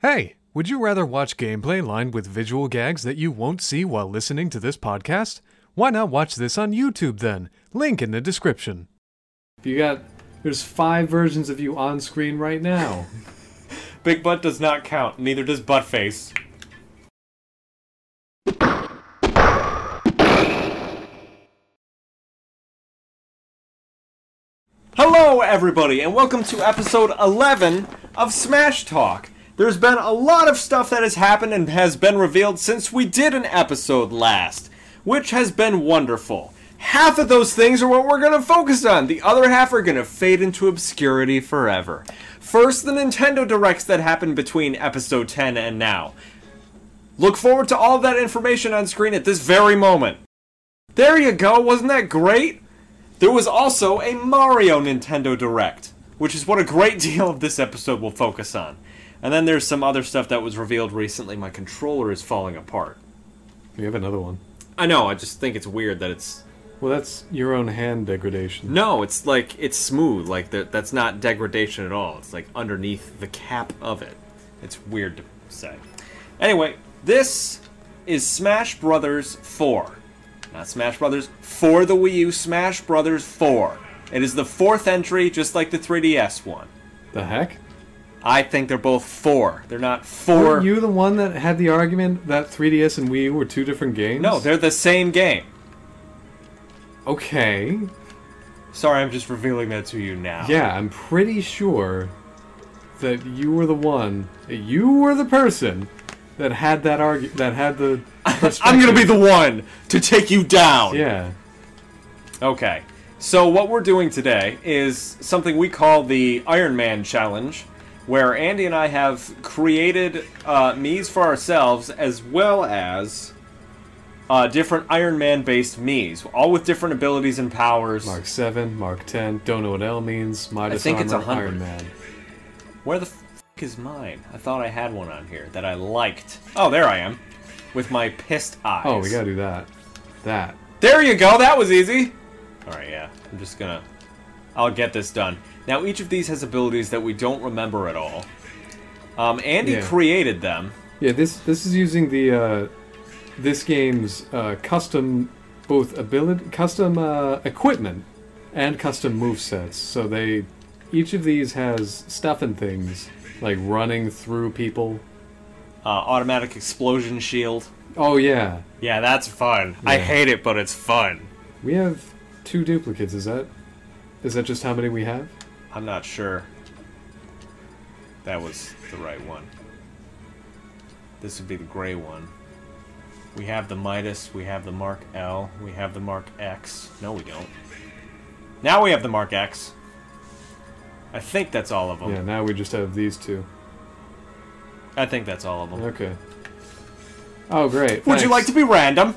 Hey, would you rather watch gameplay lined with visual gags that you won't see while listening to this podcast? Why not watch this on YouTube then? Link in the description. You got there's five versions of you on screen right now. Big butt does not count. Neither does butt face. Hello, everybody, and welcome to episode 11 of Smash Talk. There's been a lot of stuff that has happened and has been revealed since we did an episode last, which has been wonderful. Half of those things are what we're going to focus on, the other half are going to fade into obscurity forever. First, the Nintendo Directs that happened between episode 10 and now. Look forward to all of that information on screen at this very moment. There you go, wasn't that great? There was also a Mario Nintendo Direct, which is what a great deal of this episode will focus on. And then there's some other stuff that was revealed recently. My controller is falling apart. You have another one. I know, I just think it's weird that it's. Well, that's your own hand degradation. No, it's like, it's smooth. Like, that- that's not degradation at all. It's like underneath the cap of it. It's weird to say. Anyway, this is Smash Brothers 4. Not Smash Brothers, for the Wii U, Smash Brothers 4. It is the fourth entry, just like the 3DS one. The heck? I think they're both four. They're not Were four. you the one that had the argument that 3DS and Wii U were two different games? No, they're the same game. Okay. Sorry, I'm just revealing that to you now. Yeah, I'm pretty sure that you were the one. You were the person that had that argu- that had the. I'm gonna be the one to take you down. Yeah. Okay. So what we're doing today is something we call the Iron Man Challenge, where Andy and I have created uh, me's for ourselves as well as uh, different Iron Man-based me's, all with different abilities and powers. Mark 7, Mark 10, don't know what L means, Midas think it's Armor, 100. Iron Man. Where the f is mine? I thought I had one on here that I liked. Oh, there I am. With my pissed eyes. Oh, we gotta do that. That. There you go, that was easy! Alright, yeah. I'm just gonna. I'll get this done. Now, each of these has abilities that we don't remember at all. Um, Andy Yeah. created them. Yeah, this this is using the uh, this game's uh, custom both ability custom uh, equipment and custom move sets. So they each of these has stuff and things like running through people. Uh, automatic explosion shield. Oh yeah, Yeah, that's fun. I Yeah. hate it, but it's fun. we have two duplicates. Is that is that just how many we have? I'm not sure. That was the right one. This would be the gray one. We have the Midas, we have the Mark L, we have the Mark X. No, we don't. Now we have the Mark X. I think that's all of them. Yeah, now we just have these two. I think that's all of them. Okay. Oh great. Would you like to be random?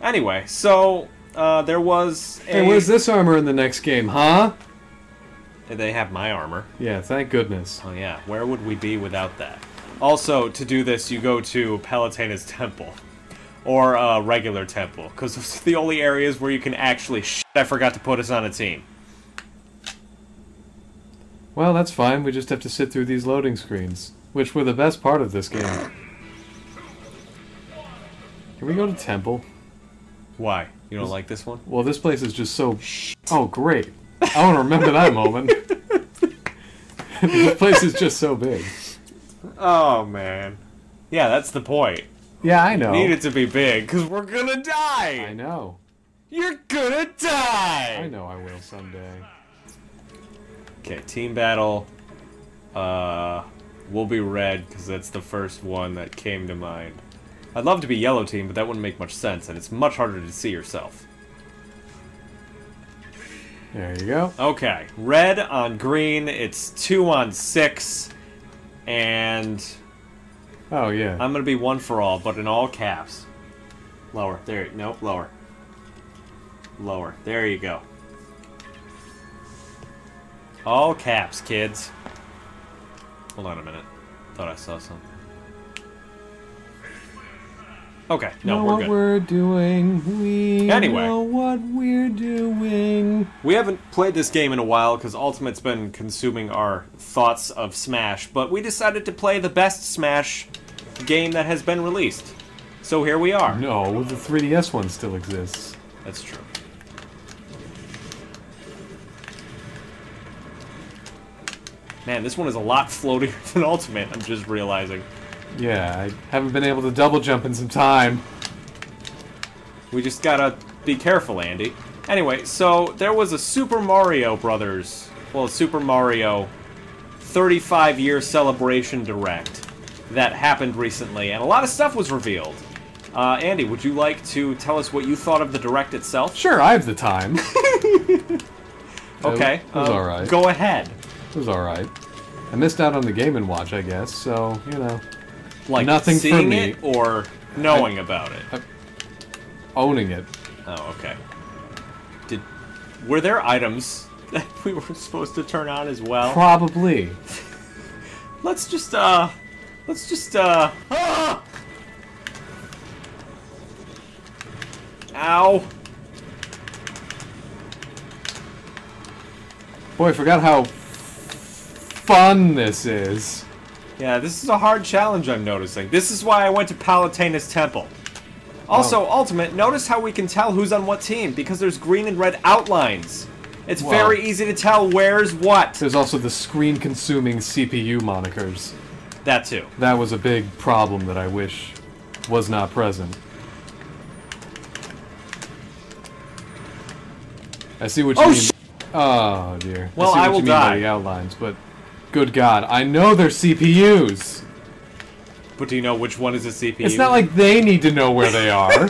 Anyway, so uh, there was a. Hey, where's this armor in the next game, huh? They have my armor. Yeah, thank goodness. Oh yeah, where would we be without that? Also, to do this, you go to Palutena's temple, or uh, regular temple, because those are the only areas where you can actually. Shit, I forgot to put us on a team. Well, that's fine. We just have to sit through these loading screens, which were the best part of this game. Can we go to temple? Why? You don't like this one? Well, this place is just so. Oh, great! I want to remember that moment. this place is just so big. Oh man. Yeah, that's the point. Yeah, I know. Need it to be big, because we're gonna I die. know. You're gonna I die. know. I will someday. Okay, team battle. Uh, we'll be red because that's the first one that came to mind. I'd love to be yellow team, but that wouldn't make much sense, and it's much harder to see yourself. There you go. Okay, red on green. It's two on six, and Oh yeah. I'm gonna be one for all, but in all caps. Lower. There. No. Lower. Lower. There you go. All caps, kids. Hold on a minute. Thought I saw something. Okay, no, know we're what good. we're doing. We Anyway. know what we're doing. We haven't played this game in a while because Ultimate's been consuming our thoughts of Smash, but we decided to play the best Smash game that has been released. So here we are. No, the 3DS one still exists. That's true. Man, this one is a lot floatier than Ultimate, I'm just realizing. Yeah, I haven't been able to double jump in some time. We just gotta be careful, Andy. Anyway, so there was a Super Mario Brothers, well, Super Mario 35 year celebration direct that happened recently, and a lot of stuff was revealed. Uh, Andy, would you like to tell us what you thought of the direct itself? Sure, I have the time. Okay. It was uh, alright. Go ahead. It was alright. I missed out on the Game and Watch, I guess. So you know, Like Nothing for seeing me. it or knowing about it. owning it. Oh, okay. Did were there items that we were supposed to turn on as well? Probably. Let's just, uh. Let's just, uh. ah! Ow. Boy, I forgot how fun this is. Yeah, this is a hard challenge I'm noticing. This is why I went to Palutena's temple. Also, Ultimate, notice how we can tell who's on what team because there's green and red outlines. It's Wow. very easy to tell where's what. There's also the screen-consuming CPU monikers. That too. That was a big problem that I wish was not present. I see what you Oh, mean. sh- oh dear. Well, I, see I what will you mean by die. the outlines, but good God, I know they're CPUs. But do you know which one is a CPU? It's not like they need to know where they are.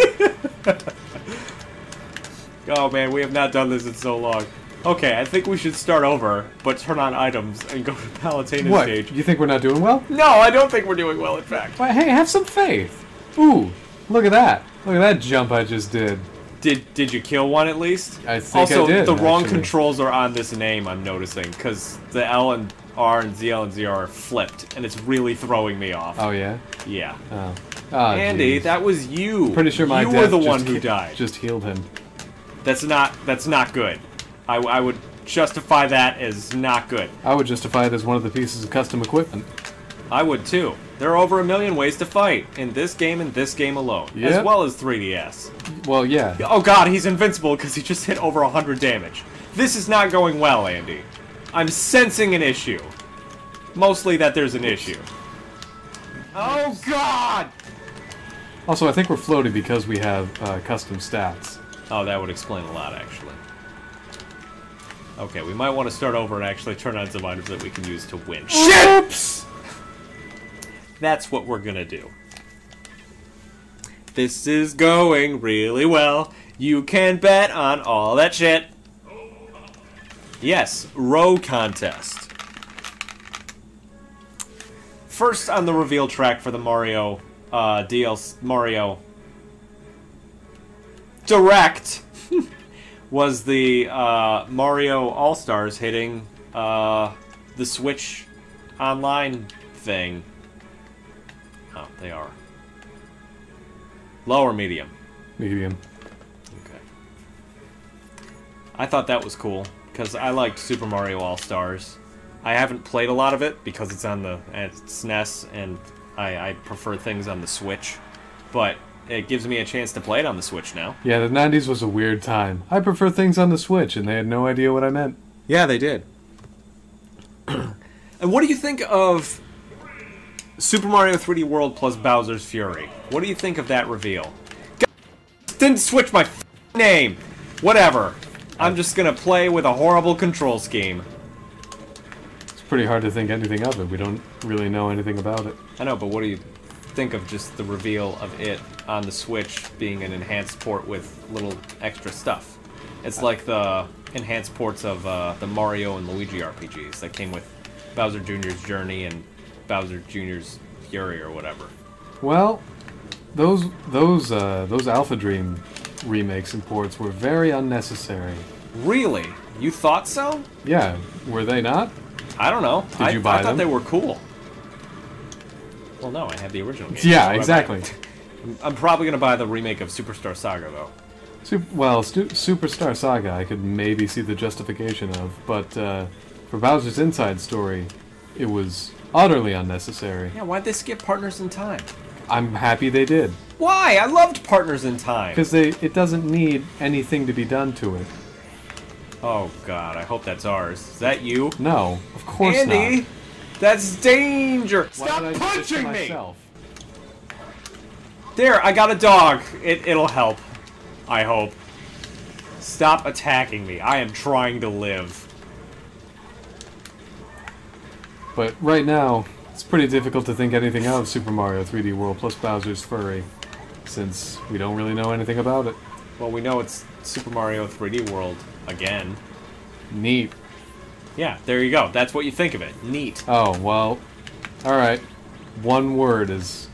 Oh man, we have not done this in so long. Okay, I think we should start over, but turn on items and go to Palutena's what? stage. You think we're not doing well? No, I don't think we're doing well, in fact. Why, hey, have some faith. Ooh, look at that. Look at that jump I just did. Did did you kill one at least? I think I also, did, the wrong actually. controls are on this name. I'm noticing because the L and R and ZL and ZR are flipped, and it's really throwing me off. Oh yeah. yeah, Oh. Ah, Andy, jeez. that was you. Pretty sure my you death were the just one who he- died. Just healed him. That's not that's not good. I, I would justify that as not good. I would justify it as one of the pieces of custom equipment. I would too. There are over a million ways to fight in this game and this game alone, Yep. as well as 3DS. Well, yeah. Oh god, he's invincible because he just hit over 100 damage. This is not going well, Andy. I'm sensing an issue. Mostly that there's an issue. Oh god! Also, I think we're floaty because we have uh, custom stats. Oh, that would explain a lot, actually. Okay, we might want to start over and actually turn on some items that we can use to win. Ships. That's what we're gonna do. This is going really well. You can bet on all that shit. Yes, row contest. First on the reveal track for the Mario uh, DLC Mario Direct was the uh, Mario All Stars hitting uh, the Switch online thing. Oh, they are. Low or medium? Medium. Okay. I thought that was cool, because I liked Super Mario All Stars. I haven't played a lot of it because it's on the uh, SNES, and I, I prefer things on the Switch. But it gives me a chance to play it on the Switch now. Yeah, the 90s was a weird time. I prefer things on the Switch, and they had no idea what I meant. Yeah, they did. and what do you think of Super Mario 3D World plus Bowser's Fury? What do you think of that reveal? God, didn't switch my f- name. Whatever. I'm just gonna play with a horrible control scheme. It's pretty hard to think anything of it. We don't really know anything about it. I know, but what do you think of just the reveal of it on the Switch being an enhanced port with little extra stuff? It's like the enhanced ports of uh, the Mario and Luigi RPGs that came with Bowser Jr.'s Journey and Bowser Jr.'s Fury or whatever. Well, those those uh, those Alpha Dream remakes and ports were very unnecessary. Really? You thought so? Yeah, were they not? I don't know. I, you buy I thought them? they were cool. Well, no, I had the original game. Yeah, Why would I- exactly. I'm probably gonna buy the remake of Superstar Saga though. Sup- well, Stu- Superstar Saga, I could maybe see the justification of, but uh, for Bowser's Inside Story, it was utterly unnecessary. Yeah, why'd they skip Partners in Time? I'm happy they did Why? I loved Partners in Time. because they it doesn't need anything to be done to it. Oh God, I hope that's ours. Is that you, No, of course Andy? not. That's danger. Why Stop would I do this to punching me. myself? There, I got a dog. It, it'll help. I hope. Stop attacking me. I am trying to live. But right now, it's pretty difficult to think anything of Super Mario 3D World plus Bowser's Furry, since we don't really know anything about it. Well, we know it's Super Mario 3D World again. Neat. Yeah, there you go. That's what you think of it. Neat. Oh, well, alright. One word is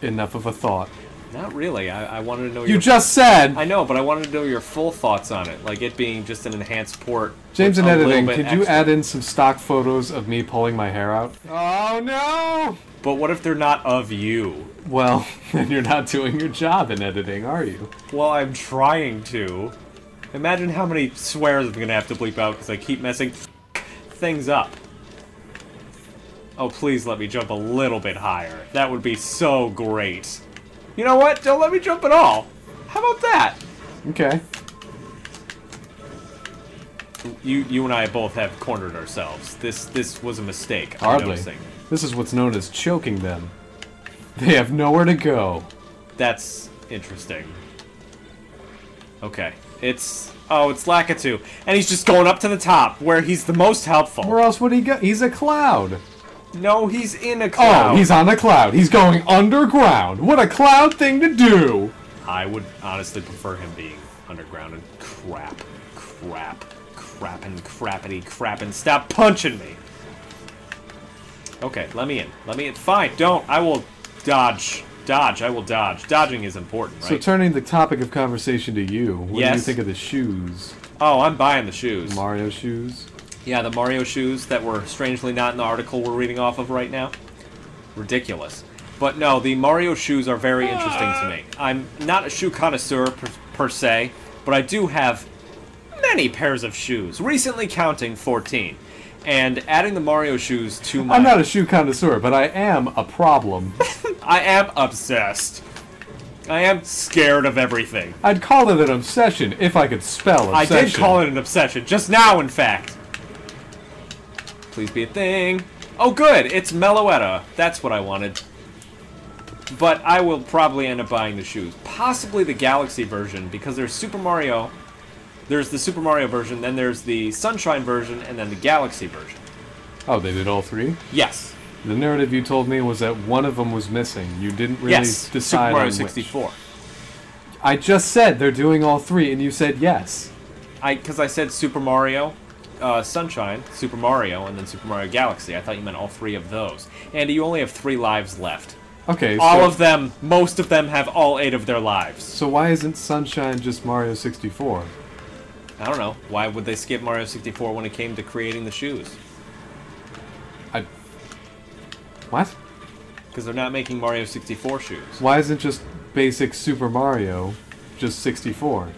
enough of a thought. Not really. I, I wanted to know You your. just said! I know, but I wanted to know your full thoughts on it. Like it being just an enhanced port. James, with in a little editing, bit could you extra. add in some stock photos of me pulling my hair out? Oh, no! But what if they're not of you? Well, then you're not doing your job in editing, are you? Well, I'm trying to. Imagine how many swears I'm gonna have to bleep out because I keep messing things up. Oh, please let me jump a little bit higher. That would be so great. You know what? Don't let me jump at all. How about that? Okay. You, you and I both have cornered ourselves. This, this was a mistake. I'm Hardly. noticing. This is what's known as choking them. They have nowhere to go. That's interesting. Okay, it's oh, it's Lakitu, and he's just going up to the top where he's the most helpful. Where else would he go? He's a cloud. No, he's in a Oh, cloud. he's on a cloud. He's going underground. What a cloud thing to do! I would honestly prefer him being underground and crap, crap, crappin', crappity, crappin'. Stop punching me. Okay, let me in. Let me in. Fine, don't. I will dodge. Dodge. I will dodge. Dodging is important, So, right? turning the topic of conversation to you, what do you Yes. think of the shoes? oh, I'm buying the shoes. Mario shoes? yeah, the Mario shoes that were strangely not in the article we're reading off of right now. Ridiculous. But no, the Mario shoes are very interesting to me. Ah. I'm not a shoe connoisseur per, per se, but I do have many pairs of shoes, recently counting 14. And adding the Mario shoes to my. I'm not a shoe connoisseur, but I am a problem. I am obsessed. I am scared of everything. I'd call it an obsession if I could spell I obsession. did call it an obsession just now, in fact. Please be a thing. Oh, good, it's Meloetta. That's what I wanted. But I will probably end up buying the shoes, possibly the Galaxy version, because there's Super Mario. There's the Super Mario version, then there's the Sunshine version, and then the Galaxy version. Oh, they did all three? Yes, The narrative you told me was that one of them was missing. You didn't really yes, decide Super on Mario which. 64. I just said they're doing all three, and you said yes. I because I said Super Mario, uh, Sunshine, Super Mario, and then Super Mario Galaxy. I thought you meant all three of those. Andy, you only have three lives left. Okay, All so, of them, most of them have all eight of their lives. so why isn't Sunshine just Mario 64? I don't know. Why would they skip Mario 64 when it came to creating the shoes? I. What? Because they're not making Mario 64 shoes. Why isn't just basic Super Mario just 64?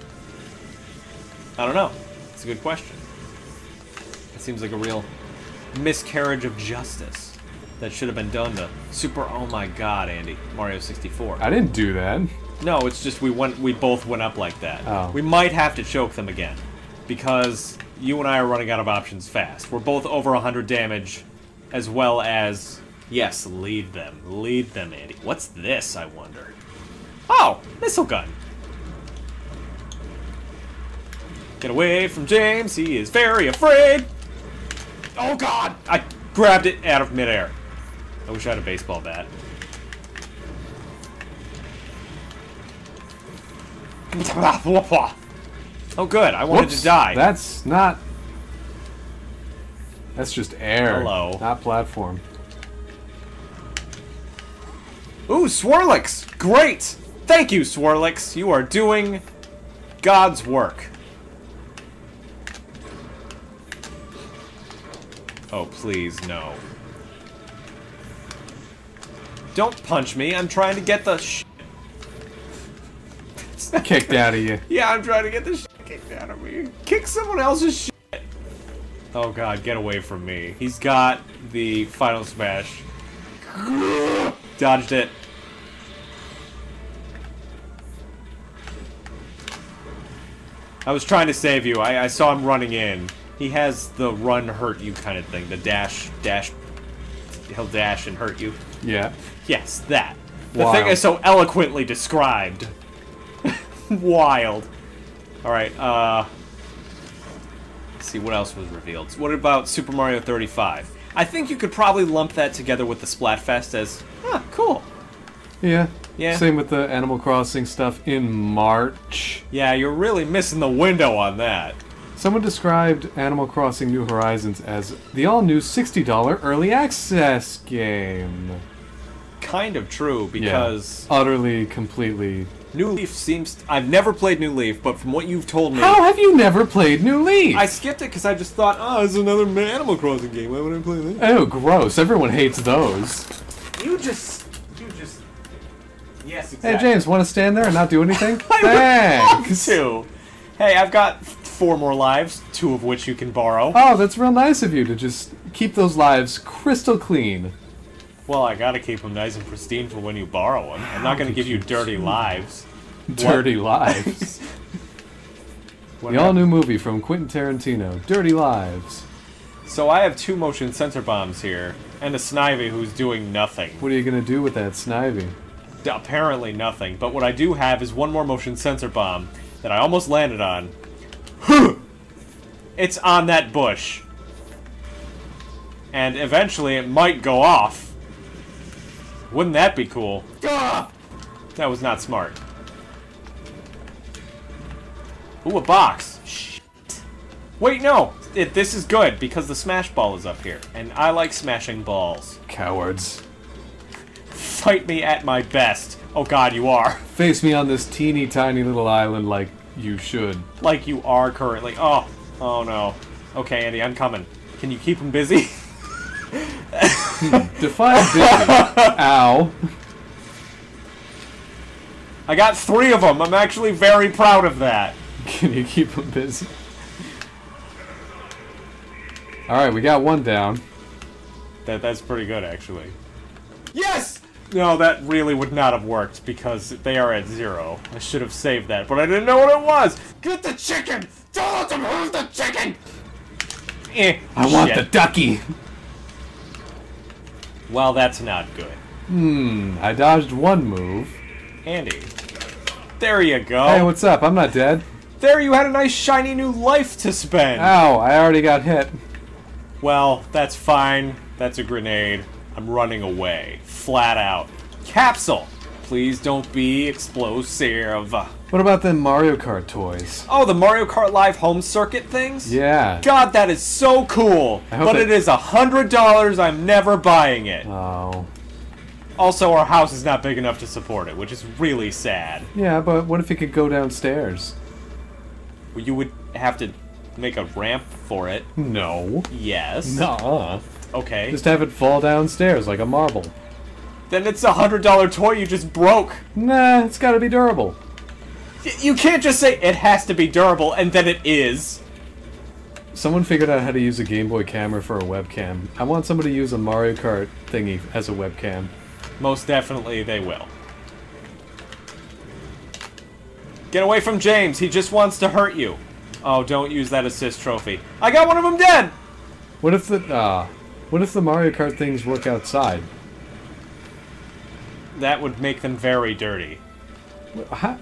I don't know. It's a good question. It seems like a real miscarriage of justice that should have been done to Super. Oh my God, Andy, Mario 64. I didn't do that. No, it's just we went. We both went up like that. Oh. We might have to choke them again, because you and I are running out of options fast. We're both over hundred damage, as well as yes, lead them, lead them, Andy. What's this? I wonder. Oh, missile gun. Get away from James. He is very afraid. Oh God! I grabbed it out of midair. I wish I had a baseball bat. Oh, good. I wanted Whoops, to die. That's not. That's just air. Hello. Not platform. Ooh, Swirlix! Great! Thank you, Swirlix. You are doing God's work. Oh, please, no. Don't punch me. I'm trying to get the sh. kicked out of you. Yeah, I'm trying to get this shit kicked out of me. Kick someone else's shit. Oh god, get away from me. He's got the final smash. Dodged it. I was trying to save you. I, I saw him running in. He has the run hurt you kind of thing. The dash dash he'll dash and hurt you. Yeah. Yes, that. The Wild. thing is so eloquently described. Wild. Alright, uh. Let's see what else was revealed. What about Super Mario 35? I think you could probably lump that together with the Splatfest as, huh, cool. Yeah. Yeah. Same with the Animal Crossing stuff in March. Yeah, you're really missing the window on that. Someone described Animal Crossing New Horizons as the all new $60 early access game. Kind of true, Yeah. because Utterly, completely. New Leaf seems. I've never played New Leaf, but from what you've told me. How have you never played New Leaf? I skipped it because I just thought, oh, it's another Animal Crossing game. Why would I play that? Oh, gross. Everyone hates those. You just, you just. Yes, Hey, exactly. James, want to stand there and not do anything? I would love Thanks. to. Hey, I've got four more lives, two of which you can borrow. Oh, that's real nice of you to just keep those lives crystal clean. Well, I gotta keep them nice and pristine for when you borrow them. I'm not gonna give you dirty lives. Dirty lives. What the all about- new movie from Quentin Tarantino, Dirty Lives. So I have two motion sensor bombs here, and a Snivy who's doing nothing. What are you gonna do with that snivy? D- Apparently nothing. But what I do have is one more motion sensor bomb that I almost landed on. it's on that bush. And eventually it might go off. Wouldn't that be cool? That was not smart. Ooh, a box. Shit. Wait, no. It, this is good because the smash ball is up here. And I like smashing balls. Cowards. Fight me at my best. Oh god, you are. Face me on this teeny tiny little island like you should. like you are currently. Oh, oh no. Okay, Andy, I'm coming. Can you keep him busy? Define busy. Ow. I got three of them. I'm actually very proud of that. Can you keep them busy? Alright, we got one down. That that's pretty good, actually. Yes. No, that really would not have worked because they are at zero. I should have saved that, but I didn't know what it was. Get the chicken. Don't let them hurt the chicken. Eh, shit. ducky! Well, that's not good, I dodged one move. Andy. There you go. Hey, what's up? I'm not dead. there you had a nice shiny new life to spend. Ow, I already got hit. Well, that's fine. That's a grenade. I'm running away. Flat out. Capsule! Please don't be explosive. What about them Mario Kart toys? Oh, the Mario Kart Live home circuit things? Yeah. God, that is so cool! I hope But they- it is a hundred dollars. I'm never buying it. Oh. Also, our house is not big enough to support it, which is really sad. Yeah, but what if it could go downstairs? You would have to make a ramp for it. No. Yes. Nuh-uh. Okay. Just have it fall downstairs like a marble. Then it's a hundred dollar toy you just broke. Nah, it's gotta be durable. Y- You can't just say it has to be durable and then it is. Someone figured out how to use a Game Boy camera for a webcam. I want somebody to use a Mario Kart thingy as a webcam. Most definitely they will. Get away from James. He just wants to hurt you. Oh, don't use that assist trophy. I got one of them dead. What if the ah? what if the Mario Kart things work outside? That would make them very dirty. How,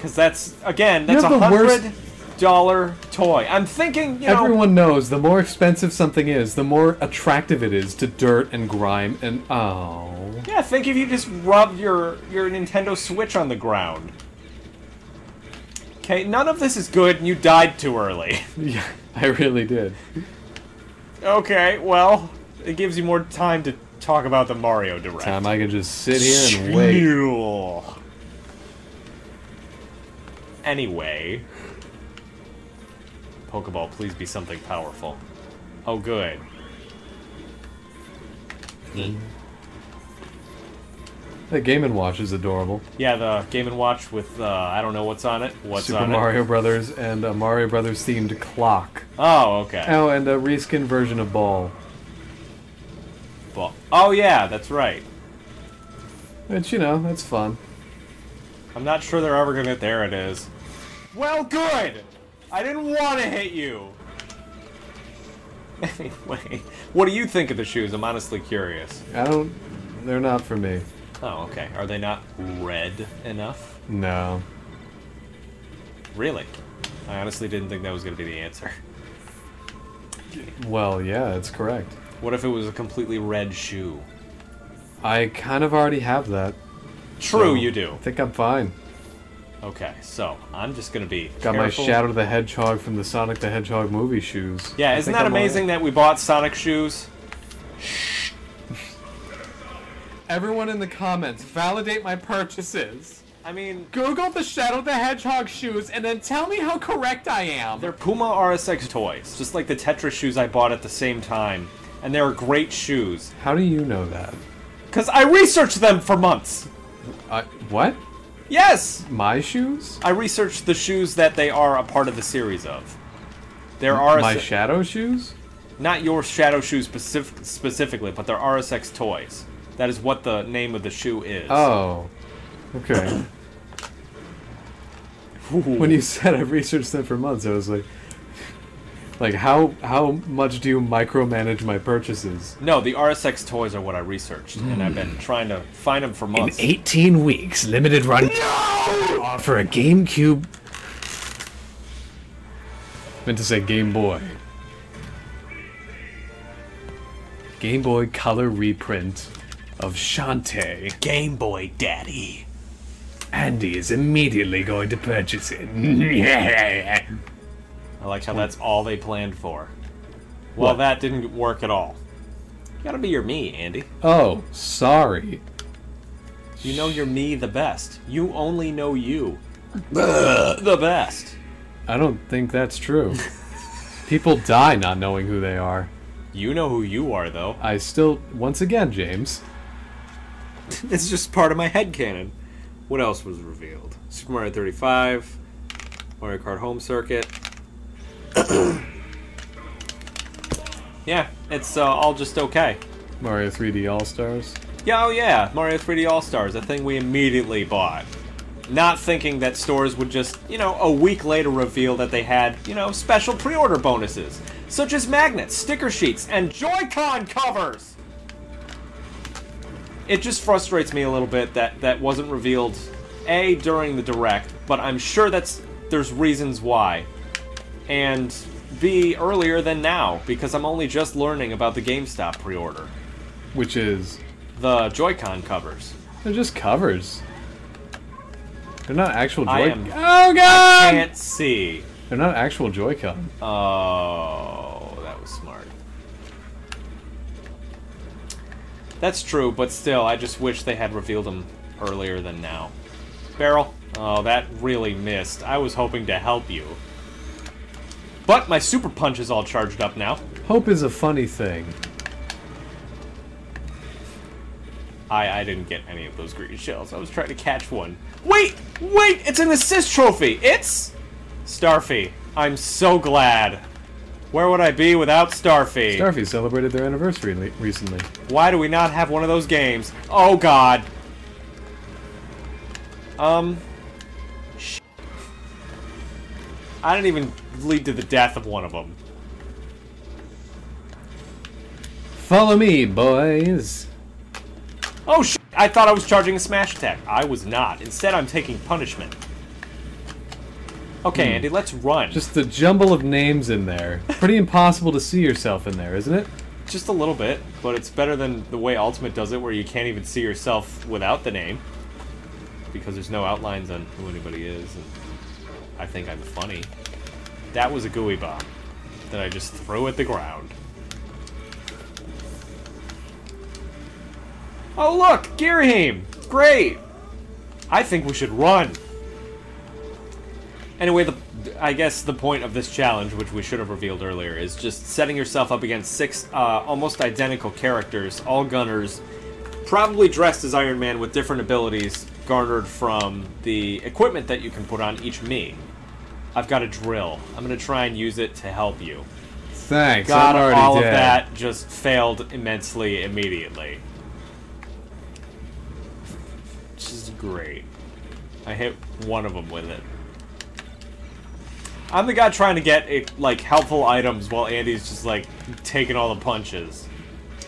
Cuz that's again, that's have a the worst- hundred dollar toy. I'm thinking, you know, Everyone knows the more expensive something is, the more attractive it is to dirt and grime and oh. yeah, think if you just rub your your Nintendo Switch on the ground. Okay, none of this is good and you died too early. Yeah, I really did. okay, well, it gives you more time to talk about the Mario Direct. Time Um, I can just sit here and wait. Phew. Anyway. Pokeball, please be something powerful. Oh, good. The Game and Watch is adorable. Yeah, the Game and Watch with uh, I don't know what's on it. What's Super on Mario it? Brothers and a Mario Brothers themed clock. Oh, okay. Oh, and a reskin version of Ball. Well, oh yeah, that's right. Which you know, it's fun. I'm not sure they're ever gonna get there. It is. Well, good. I didn't want to hit you. Anyway, what do you think of the shoes? I'm honestly curious. I don't. They're not for me. Oh, okay. Are they not red enough? No. Really? I honestly didn't think that was gonna be the answer. Well, yeah, that's correct. What if it was a completely red shoe? I kind of already have that. so True, you do. I think I'm fine. Okay, so I'm just gonna be Got my careful. Shadow the Hedgehog from the Sonic the Hedgehog movie shoes. Yeah, I isn't think that I'm all right. amazing that we bought Sonic shoes? Everyone in the comments, validate my purchases. I mean, Google the Shadow the Hedgehog shoes and then tell me how correct I am. They're Puma RSX toys, just like the Tetris shoes I bought at the same time. And they're great shoes. How do you know that? Because I researched them for months. Uh, what? Yes! My shoes? I researched the shoes that they are a part of the series of. They're My RSX. shadow shoes? not your shadow shoes specific- specifically, but they're RSX toys. That is what the name of the shoe is. Oh. Okay. when you said I researched them for months, I was like, like how how much do you micromanage my purchases? No, the RSX toys are what I researched, and I've Hmm. been trying to find them for In months. 18 weeks, limited run offer a GameCube. Meant to say Game Boy. Game Boy Color reprint of Shantae. Game Boy Daddy. Andy is immediately going to purchase it. yeah. I like how that's all they planned for. Well, What? that didn't work at all. You gotta be your me, Andy. Oh, sorry. You know your me the best. You only know you the best. I don't think that's true. People die not knowing who they are. You know who you are, though. I still, once again, James. It's just part of my headcanon. What else was revealed? Super Mario 35, Mario Kart Home Circuit. yeah, it's uh, all just okay. Mario 3D All Stars. Yeah, oh yeah, Mario 3D All Stars, a thing we immediately bought. Not thinking that stores would just, you know, a week later reveal that they had, you know, special pre order bonuses, such as magnets, sticker sheets, and Joy Con covers! It just frustrates me a little bit that that wasn't revealed, A, during the direct, but I'm sure that's. there's reasons why. And B, earlier than now, because I'm only just learning about the GameStop pre order. Which is The Joy-Con covers. They're just covers. They're not actual I Joy. am- oh god! Can't see. They're not actual Joy-Con. Oh, that was smart. That's true, but still, I just wish they had revealed them earlier than now. Barrel? Oh, that really missed. I was hoping to help you. But my super punch is all charged up now. Hope is a funny thing. I, I didn't get any of those green shells. I was trying to catch one. Wait! Wait! It's an assist trophy! It's. Starfy. I'm so glad. Where would I be without Starfy? Starfy celebrated their anniversary le- recently. Why do we not have one of those games? Oh god. Um. sh- I didn't even lead to the death of one of them. Follow me, boys. Oh sh! I thought I was charging a smash attack. I was not. Instead, I'm taking punishment. Okay, Andy, let's run. Just, Just the jumble of names in there. Pretty impossible to see yourself in there, isn't it? just a little bit, but it's better than the way Ultimate does it, where you can't even see yourself without the name, because there's no outlines on who anybody is. And I think I'm funny. That was a gooey bomb that I just threw at the ground. Oh look, Girahim! Great! I think we should run. Anyway, the I guess the point of this challenge, which we should have revealed earlier, is just setting yourself up against six uh, almost identical characters, all gunners, probably dressed as Iron Man with different abilities garnered from the equipment that you can put on each me. I've got a drill. I'm going to try and use it to help you. Thanks. God, I'm already all dead. of that just failed immensely immediately. Which is great. I hit one of them with it. I'm the guy trying to get eh, like helpful items while Andy's just like taking all the punches.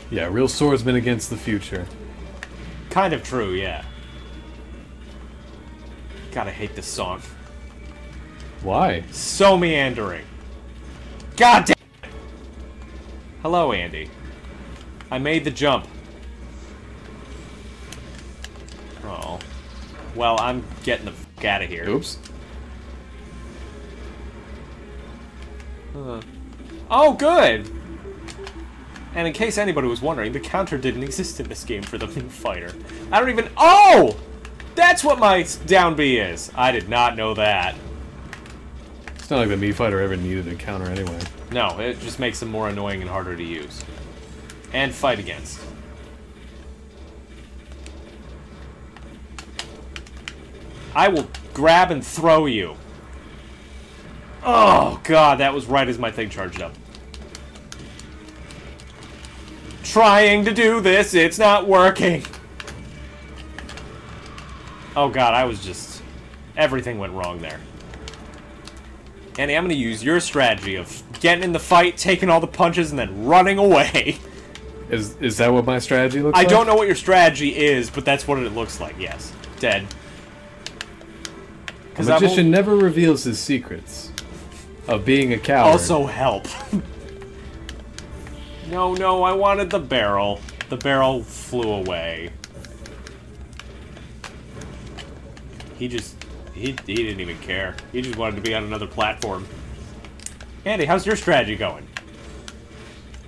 Yeah, real swordsman against the future. Kind of true, yeah. Gotta hate this song. Why? So meandering. God damn it! Hello, Andy. I made the jump. Oh. Well, I'm getting the f out of here. Oops. Oh, good! And in case anybody was wondering, the counter didn't exist in this game for the fighter. I don't even. Oh! That's what my s- down B is! I did not know that. It's not like the Mii fighter ever needed a counter anyway. No, it just makes them more annoying and harder to use. And fight against. I will grab and throw you. Oh, God, that was right as my thing charged up. Trying to do this, it's not working. Oh, God, I was just. Everything went wrong there. Andy, I'm gonna use your strategy of getting in the fight, taking all the punches, and then running away. Is is that what my strategy looks I like? don't know what your strategy is, but that's what it looks like. Yes, dead. A Because I'm magician never reveals his secrets of being a coward. also help. no, no, I wanted the barrel. The barrel flew away. He just he he didn't even care. He just wanted to be on another platform. Andy, how's your strategy going?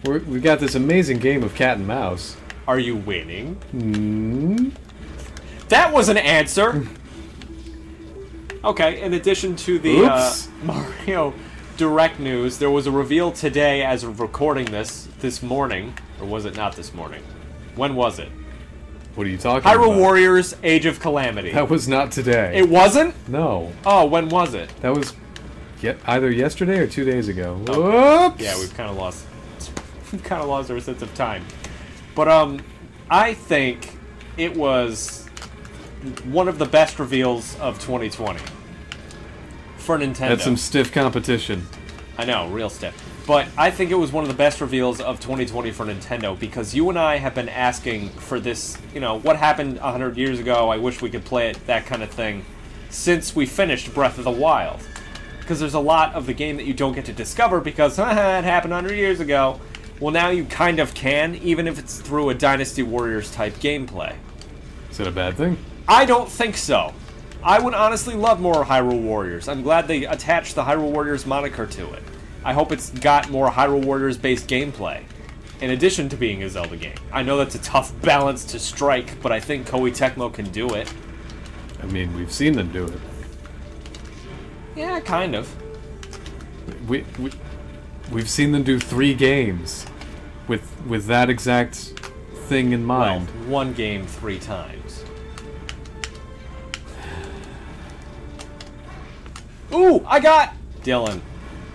We're, we got this amazing game of cat and mouse. Are you winning? That was an answer. okay, in addition to the uh, Oops. Mario Direct news, there was a reveal today as of recording this this morning, or was it not this morning? When was it? What are you talking Hyrule about? Warriors: Age of Calamity. That was not today. It wasn't. no, Oh, when was it? that was ye- either yesterday or two days ago. Whoops. Oh. Yeah, we've kind of lost, we've kind of lost our sense of time. But um, I think it was one of the best reveals of 2020 for Nintendo. That's some stiff competition. I know, real stiff. But I think it was one of the best reveals of 2020 for Nintendo because you and I have been asking for this, you know, what happened 100 years ago, I wish we could play it, that kind of thing, since we finished Breath of the Wild. Because there's a lot of the game that you don't get to discover because, haha, it happened 100 years ago. Well, now you kind of can, even if it's through a Dynasty Warriors type gameplay. Is that a bad thing? I don't think so. I would honestly love more Hyrule Warriors. I'm glad they attached the Hyrule Warriors moniker to it. I hope it's got more Hyrule Warriors based gameplay, in addition to being a Zelda game. I know that's a tough balance to strike, but I think Koei Tecmo can do it. I mean, we've seen them do it. Yeah, kind of. We, we we've seen them do three games with with that exact thing in Well, mind. one game three times. Ooh, I got Dylan.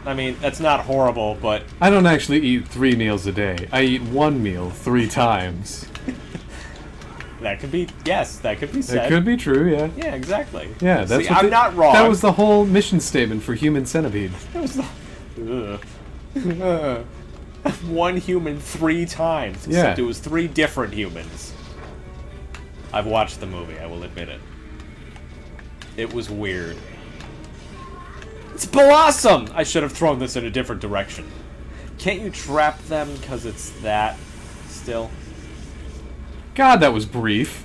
I mean, that's not horrible, but I don't actually eat three meals a day. I eat one meal three times. that could be yes, that could be said. That could be true, yeah. Yeah, exactly. Yeah, that's See, what I'm they- not wrong. That was the whole mission statement for Human Centipede. That was the- Ugh. one human three times. Except Yeah. it was three different humans. I've watched the movie. I will admit it. It was weird. It's Blossom. I should have thrown this in a different direction. Can't you trap them? Cause it's that. Still. God, that was brief.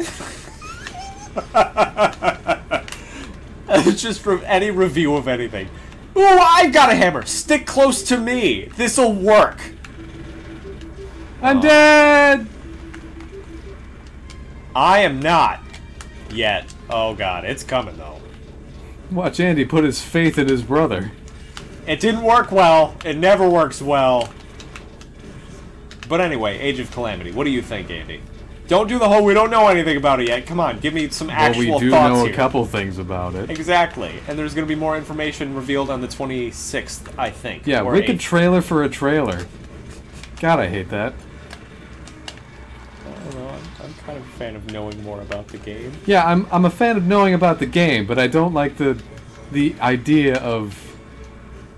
It's just from any review of anything. Ooh, I've got a hammer. Stick close to me. This'll work. Oh. I'm dead. I am not yet. Oh god, it's coming though. Watch Andy put his faith in his brother. It didn't work well. It never works well. But anyway, Age of Calamity. What do you think, Andy? Don't do the whole we don't know anything about it yet. Come on, give me some Well, actual we do thoughts know a here. couple things about it. Exactly. And there's going to be more information revealed on the 26th, I think. Yeah, or wicked 8th. trailer for a trailer. God, I hate that. I don't know. I'm, I'm kind of a fan of knowing more about the game. Yeah, I'm I'm a fan of knowing about the game, but I don't like the the idea of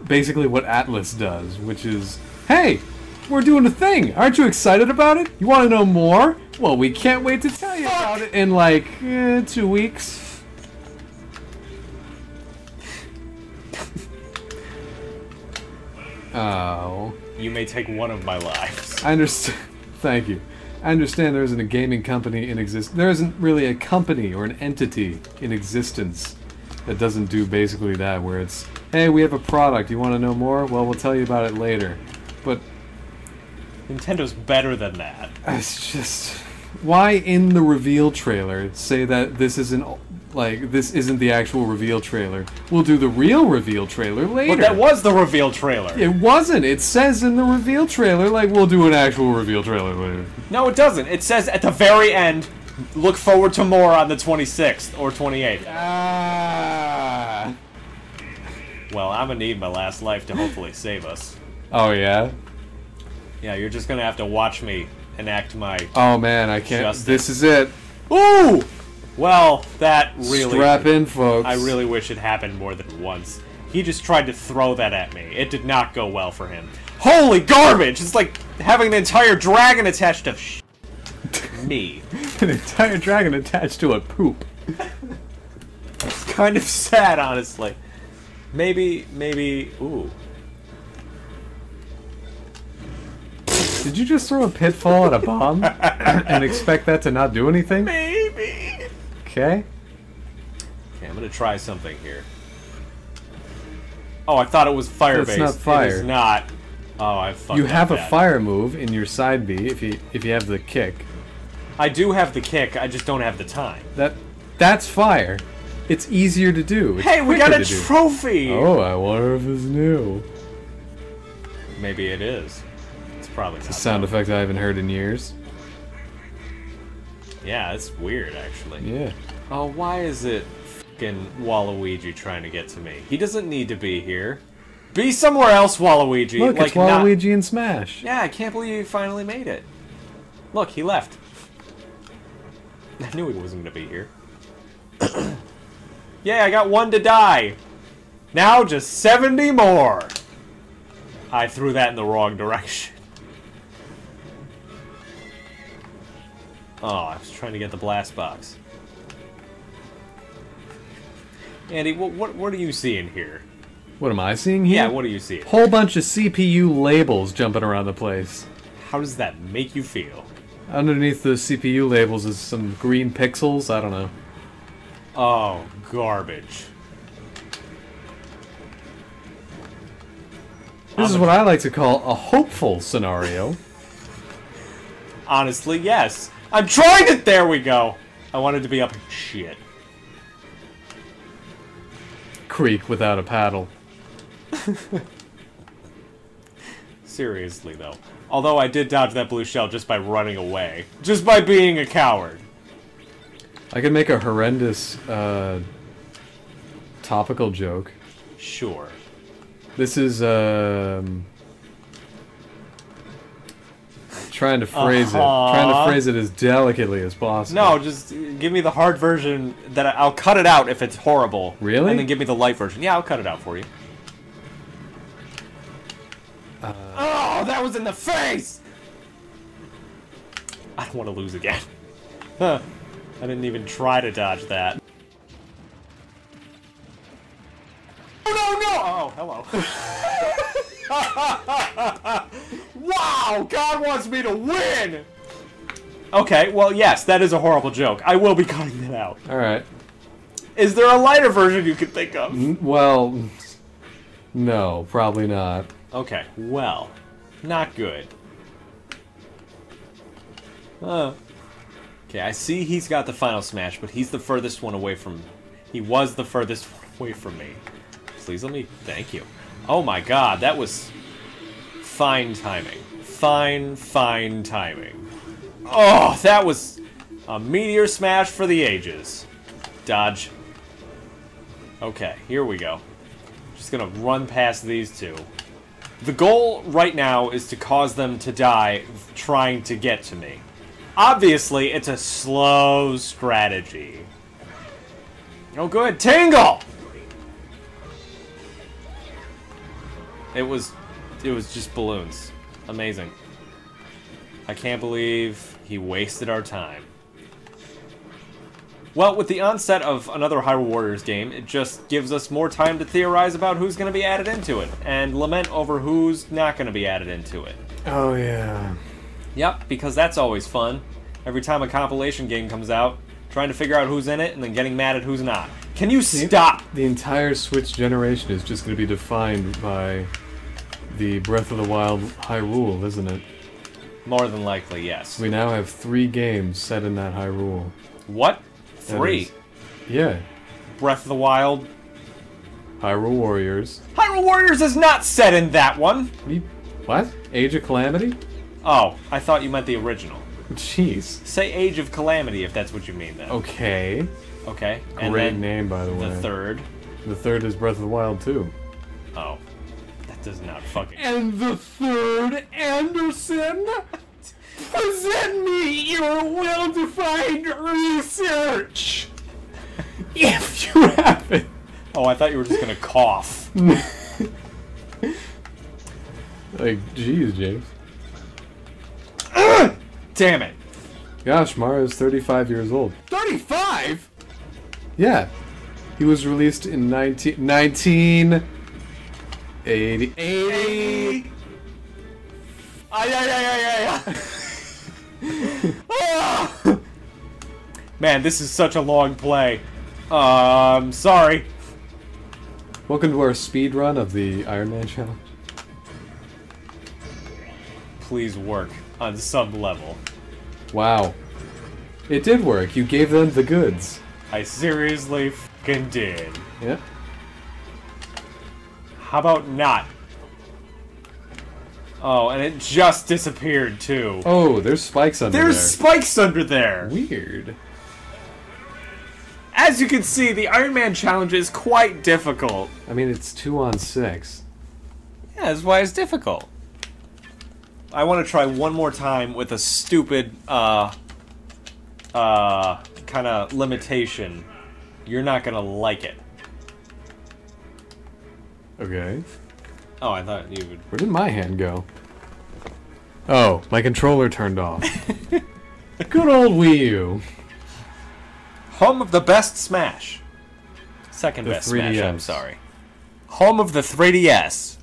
basically what Atlas does, which is, hey, we're doing a thing. Aren't you excited about it? You want to know more? Well, we can't wait to tell you about it in like eh, two weeks. Oh, You may take one of my lives. I understand. Thank you. I understand there isn't a gaming company in existence. There isn't really a company or an entity in existence that doesn't do basically that, where it's, hey, we have a product. You want to know more? Well, we'll tell you about it later. But Nintendo's better than that. it's just, why in the reveal trailer say that this isn't like this isn't the actual reveal trailer? We'll do the real reveal trailer later. But that was the reveal trailer. It wasn't. It says in the reveal trailer, like we'll do an actual reveal trailer later. No, it doesn't. It says at the very end, look forward to more on the 26th or 28th. Ah. Well, I'm gonna need my last life to hopefully save us. Oh yeah. Yeah, you're just gonna have to watch me enact my. Oh man, I can't. Justin. This is it. Ooh! Well, that really. Strap in, folks. I really wish it happened more than once. He just tried to throw that at me. It did not go well for him. Holy garbage! It's like having an entire dragon attached to sh- me. an entire dragon attached to a poop. kind of sad, honestly. Maybe, maybe. Ooh. Did you just throw a pitfall at a bomb and expect that to not do anything? Maybe. Okay. Okay, I'm gonna try something here. Oh, I thought it was fire That's based. not It fire. is not. Oh, I fucked You up have a bad. fire move in your side B if you if you have the kick. I do have the kick. I just don't have the time. That that's fire. It's easier to do. It's Hey, we quicker got to a do. trophy. Oh, I wonder if it's new. Maybe it is. It's probably not. Sound effect I haven't heard in years. Yeah, it's weird actually. Yeah. Oh, why is it fucking Waluigi trying to get to me? He doesn't need to be here. Be somewhere else, Waluigi. Look, like it's not- Waluigi and Smash. Yeah, I can't believe you finally made it. Look, he left. I knew he wasn't gonna be here. yeah, I got one to die. Now just 70 more. I threw that in the wrong direction. Oh, I was trying to get the blast box. Andy, what what, what are you seeing here? What am I seeing here? Yeah, what are you seeing? Whole bunch of CPU labels jumping around the place. How does that make you feel? Underneath the CPU labels is some green pixels. I don't know. Oh, garbage. This is what I like to call a hopeful scenario. Honestly, yes. I'm trying to. There we go. I wanted to be up. Shit. Creek without a paddle. Seriously, though. Although I did dodge that blue shell just by running away. Just by being a coward. I could make a horrendous uh, topical joke. Sure. This is um, trying to phrase Uh-huh. it. Trying to phrase it as delicately as possible. No, just uh, give me the hard version that I- I'll cut it out if it's horrible. Really? And then give me the light version. Yeah, I'll cut it out for you. oh, that was in the face! I don't want to lose again. Huh. I didn't even try to dodge that. Oh no no! Oh, hello. wow! God wants me to win! Okay, well, yes, that is a horrible joke. I will be cutting that out. All right. Is there a lighter version you could think of? N- Well, no, probably not. Okay, well, not good. Uh, okay, I see he's got the final smash, but he's the furthest one away from. He was the furthest one away from me. Please let me. Thank you. Oh my god, that was fine timing. Fine, fine timing. Oh, that was. A meteor smash for the ages. Dodge. Okay, here we go. Just gonna run past these two. The goal right now is to cause them to die trying to get to me. Obviously, it's a slow strategy. Oh, good. Tingle! It was. It was just balloons. Amazing. I can't believe he wasted our time. Well, with the onset of another Hyrule Warriors game, it just gives us more time to theorize about who's going to be added into it and lament over who's not going to be added into it. Oh yeah. Yep, because that's always fun. Every time a compilation game comes out, trying to figure out who's in it and then getting mad at who's not. Can you stop? The entire Switch generation is just going to be defined by the Breath of the Wild Hyrule, isn't it? More than likely, yes. We now have three games set in that Hyrule. What? That Three. is- yeah. Breath of the Wild. Hyrule Warriors. Hyrule Warriors is not set in that one. We- What? Age of Calamity? Oh, I thought you meant the original. Jeez. Say Age of Calamity if that's what you mean then. Okay. Okay. and Oh, Great then name, by the way. The third. The third is Breath of the Wild too. Oh. That does not fucking. And the third, Anderson, present me your well-defined research. If you have it. Oh, I thought you were just gonna cough. Like, jeez, James. Damn it. Gosh, Mario's 35 years old. 35? Yeah. He was released in 19... 1980. Ay, ay, ay, ay, ay, ay. Ah! Man, this is such a long play. Um, sorry. Welcome to our speed run of the Iron Man challenge. Please work on some level. Wow. It did work. You gave them the goods. I seriously fing did. Yeah. How about not? Oh, and it just disappeared too. Oh, there's spikes under There's there. spikes under there. Weird. As you can see, the Iron Man challenge is quite difficult. I mean, it's two on six. Yeah, that's why it's difficult. I want to try one more time with a stupid, uh, uh, kind of limitation. You're not gonna like it. Okay. Oh, I thought you would. Where did my hand go? Oh, my controller turned off. Good old Wii U. Home of the best Smash. Second The best Smash. I'm 3DS. sorry. Home of the 3DS.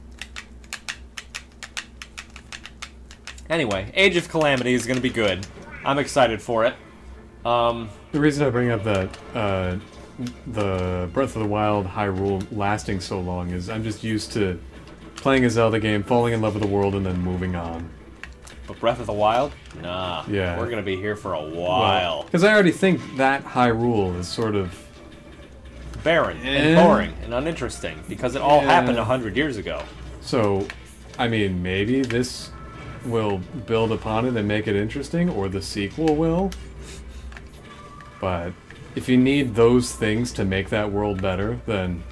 Anyway, Age of Calamity is gonna be good. I'm excited for it. Um, The reason I bring up that uh, the Breath of the Wild Hyrule lasting so long is I'm just used to playing a Zelda game, falling in love with the world, and then moving on. but Breath of the Wild? Nah. Yeah. We're gonna be here for a while. Because I already think that Hyrule is sort of barren and Eh. boring and uninteresting because it all Yeah. happened a hundred years ago. so. I mean, maybe this will build upon it and make it interesting, or the sequel will. But if you need those things to make that world better, then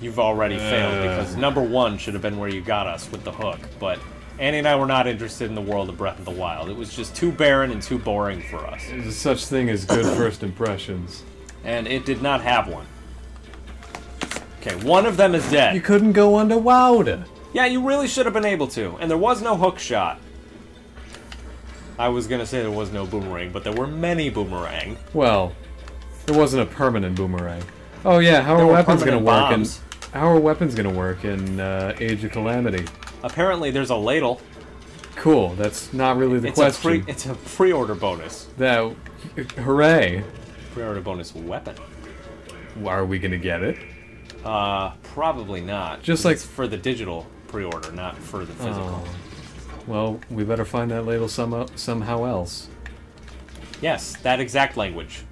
You've already failed because number one should have been where you got us with the hook, but Annie and I were not interested in the world of Breath of the Wild. It was just too barren and too boring for us, there's such thing as good first impressions. and it did not have one. Okay, one of them is dead. You couldn't go underwater. yeah, you really should have been able to, and there was no hook shot. I was gonna say there was no boomerang, but there were many boomerang. Well, it wasn't a permanent boomerang. Oh yeah, how are were weapons gonna permanent work? bombs. In, how are weapons gonna work in uh, Age of Calamity? Apparently, there's a ladle. Cool. That's not really the It's a question. pre, it's a pre-order bonus. that hooray! Pre-order bonus weapon. Are we gonna get it? Uh, probably not. Just 'cause like- it's for the digital pre-order, not for the physical. Oh. Well, we better find that ladle some, somehow else. Yes, that exact language.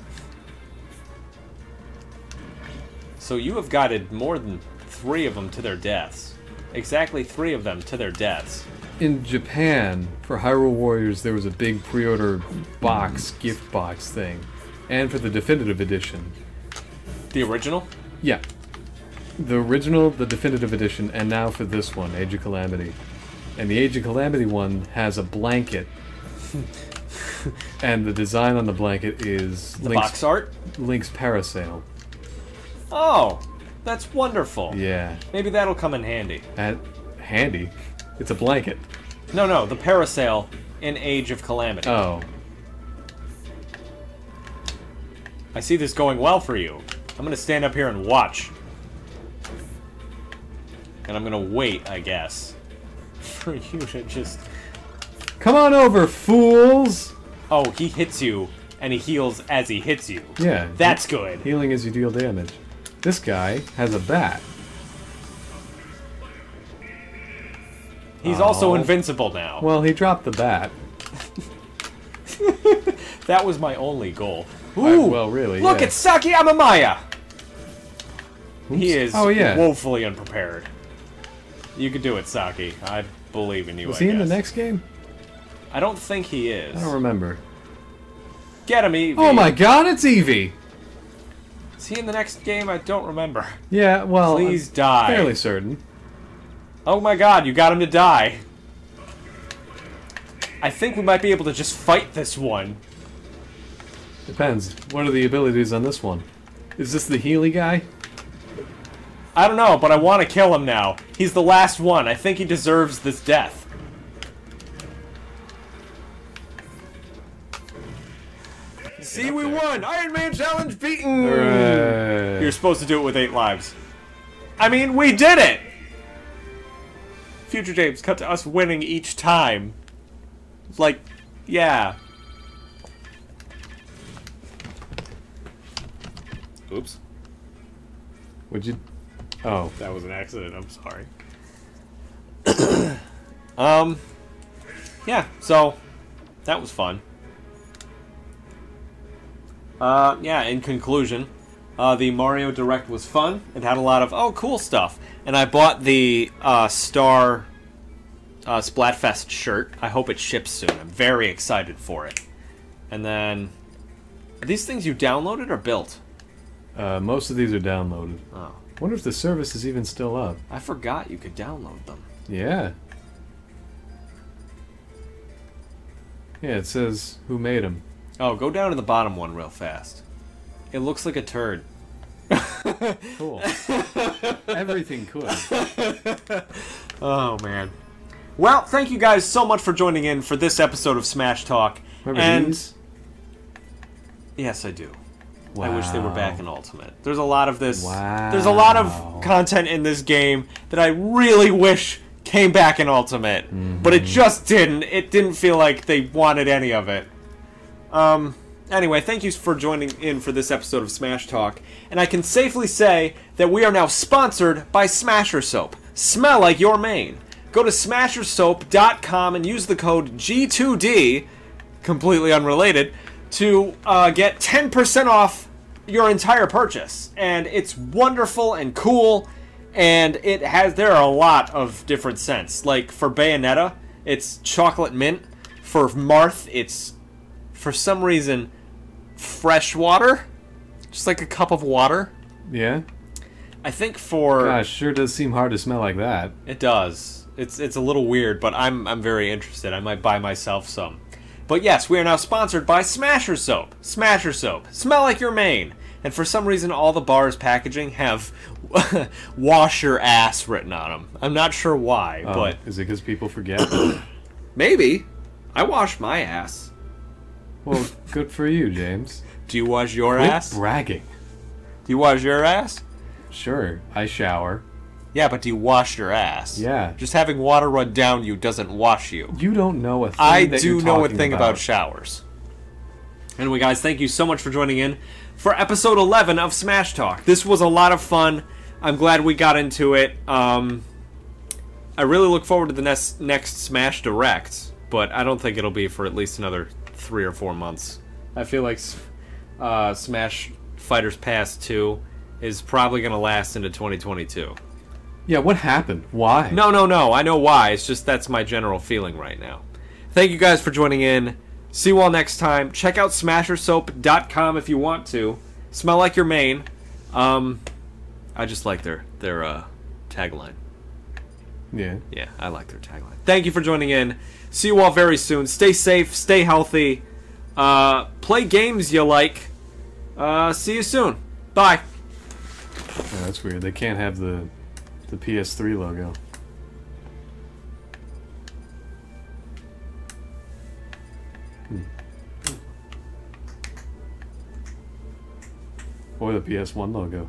So you have guided more than three of them to their deaths. Exactly three of them to their deaths. in Japan for Hyrule Warriors, there was a big pre-order box, gift box thing, and for the definitive edition. The original? Yeah, the original, the definitive edition, and now for this one, Age of Calamity, and the Age of Calamity one has a blanket, and the design on the blanket is The Link's, box art? Link's parasail. Oh, that's wonderful. Yeah, Maybe that'll come in handy. that handy. It's a blanket. No, no, the parasail in Age of Calamity. Oh, I see this going well for you. I'm gonna stand up here and watch. And I'm gonna wait, I guess. For you to just. come on over, fools! Oh, he hits you, and he heals as he hits you. Yeah, That's good. Healing as you deal damage. This guy has a bat. He's also Oh. invincible now. Well, he dropped the bat. that was my only goal. Ooh, Why, well, really, Look yeah. at Saki Amamaya! He Oops. is Oh yeah. woefully unprepared. You can do it, Saki. I believe in you. was I he in the guess. next game? I don't think he is. I don't remember. Get him, Eevee. Oh my God! It's Eevee. Is he in the next game? I don't remember. Yeah. Well, I'm Please die. fairly certain. Oh my god, you got him to die. I think we might be able to just fight this one. Depends. What are the abilities on this one? Is this the Healy guy? I don't know, but I want to kill him now. He's the last one. I think he deserves this death. See, we won! Iron Man Challenge beaten! Hooray. Uh, You're supposed to do it with eight lives. I mean, we did it! Future James, cut to us winning each time. Like, yeah. Oops, Would you? Oh, that was an accident. I'm sorry. um, yeah. So that was fun. Uh, yeah. In conclusion, uh, the Mario Direct was fun. It had a lot of oh cool stuff, and I bought the uh, Star uh, Splatfest shirt. I hope it ships soon. I'm very excited for it. And then, these things you downloaded or built? uh, most of these are downloaded. Oh, Wonder if the service is even still up. I forgot you could download them. Yeah. Yeah. It says who made him. Oh, go down to the bottom one real fast. It looks like a turd. Cool. Everything could. Oh man. Well, thank you guys so much for joining in for this episode of Smash Talk. Remember and these? yes, I do. I wish they were Wow. back in Ultimate. There's a lot of this. Wow. There's a lot of content in this game that I really wish came back in Ultimate, Mm-hmm. but it just didn't. It didn't feel like they wanted any of it. Um. Anyway, thank you for joining in for this episode of Smash Talk, and I can safely say that we are now sponsored by Smasher Soap. Smell like your main. Go to smashersoap.com and use the code G2D completely unrelated, to uh, get 10% off your entire purchase. And it's wonderful and cool, and it has, there are a lot of different scents. Like for Bayonetta, it's chocolate mint. For Marth, it's, for some reason, fresh water. Just like a cup of water. Yeah. I think for. Gosh, sure does seem hard to smell like that. It does. It's it's a little weird, but I'm I'm very interested. I might buy myself some. But yes, we are now sponsored by Smasher Soap. Smasher Soap. Smell like your main. And for some reason, all the bars packaging have "wash your ass" written on them. I'm not sure why, Oh, but is it because people forget? maybe I wash my ass. well, good for you, James. Do you wash your Quit ass? bragging. do you wash your ass? Sure, I shower. Yeah, but do you wash your ass? Yeah. Just having water run down you doesn't wash you. You don't know a thing. I that do you're know a talking thing about. showers. Anyway, guys, thank you so much for joining in for episode 11 of Smash Talk. This was a lot of fun. I'm glad we got into it. Um, I really look forward to the next next Smash Direct, but I don't think it'll be for at least another three or four months. I feel like s- uh, Smash Fighters Pass 2 is probably going to last into 2022. Yeah, what happened? Why? No, no, no. I know why. It's just that's my general feeling right now. Thank you guys for joining in. See you all next time. Check out smashersoap.com if you want to. Smell like your Maine. Um, I just like their their uh, tagline. Yeah. Yeah, I like their tagline. Thank you for joining in. See you all very soon. Stay safe. Stay healthy. Uh, play games you like. Uh, see you soon. Bye. Yeah, that's weird. They can't have the the PS3 logo. Hmm. Or the PS1 logo.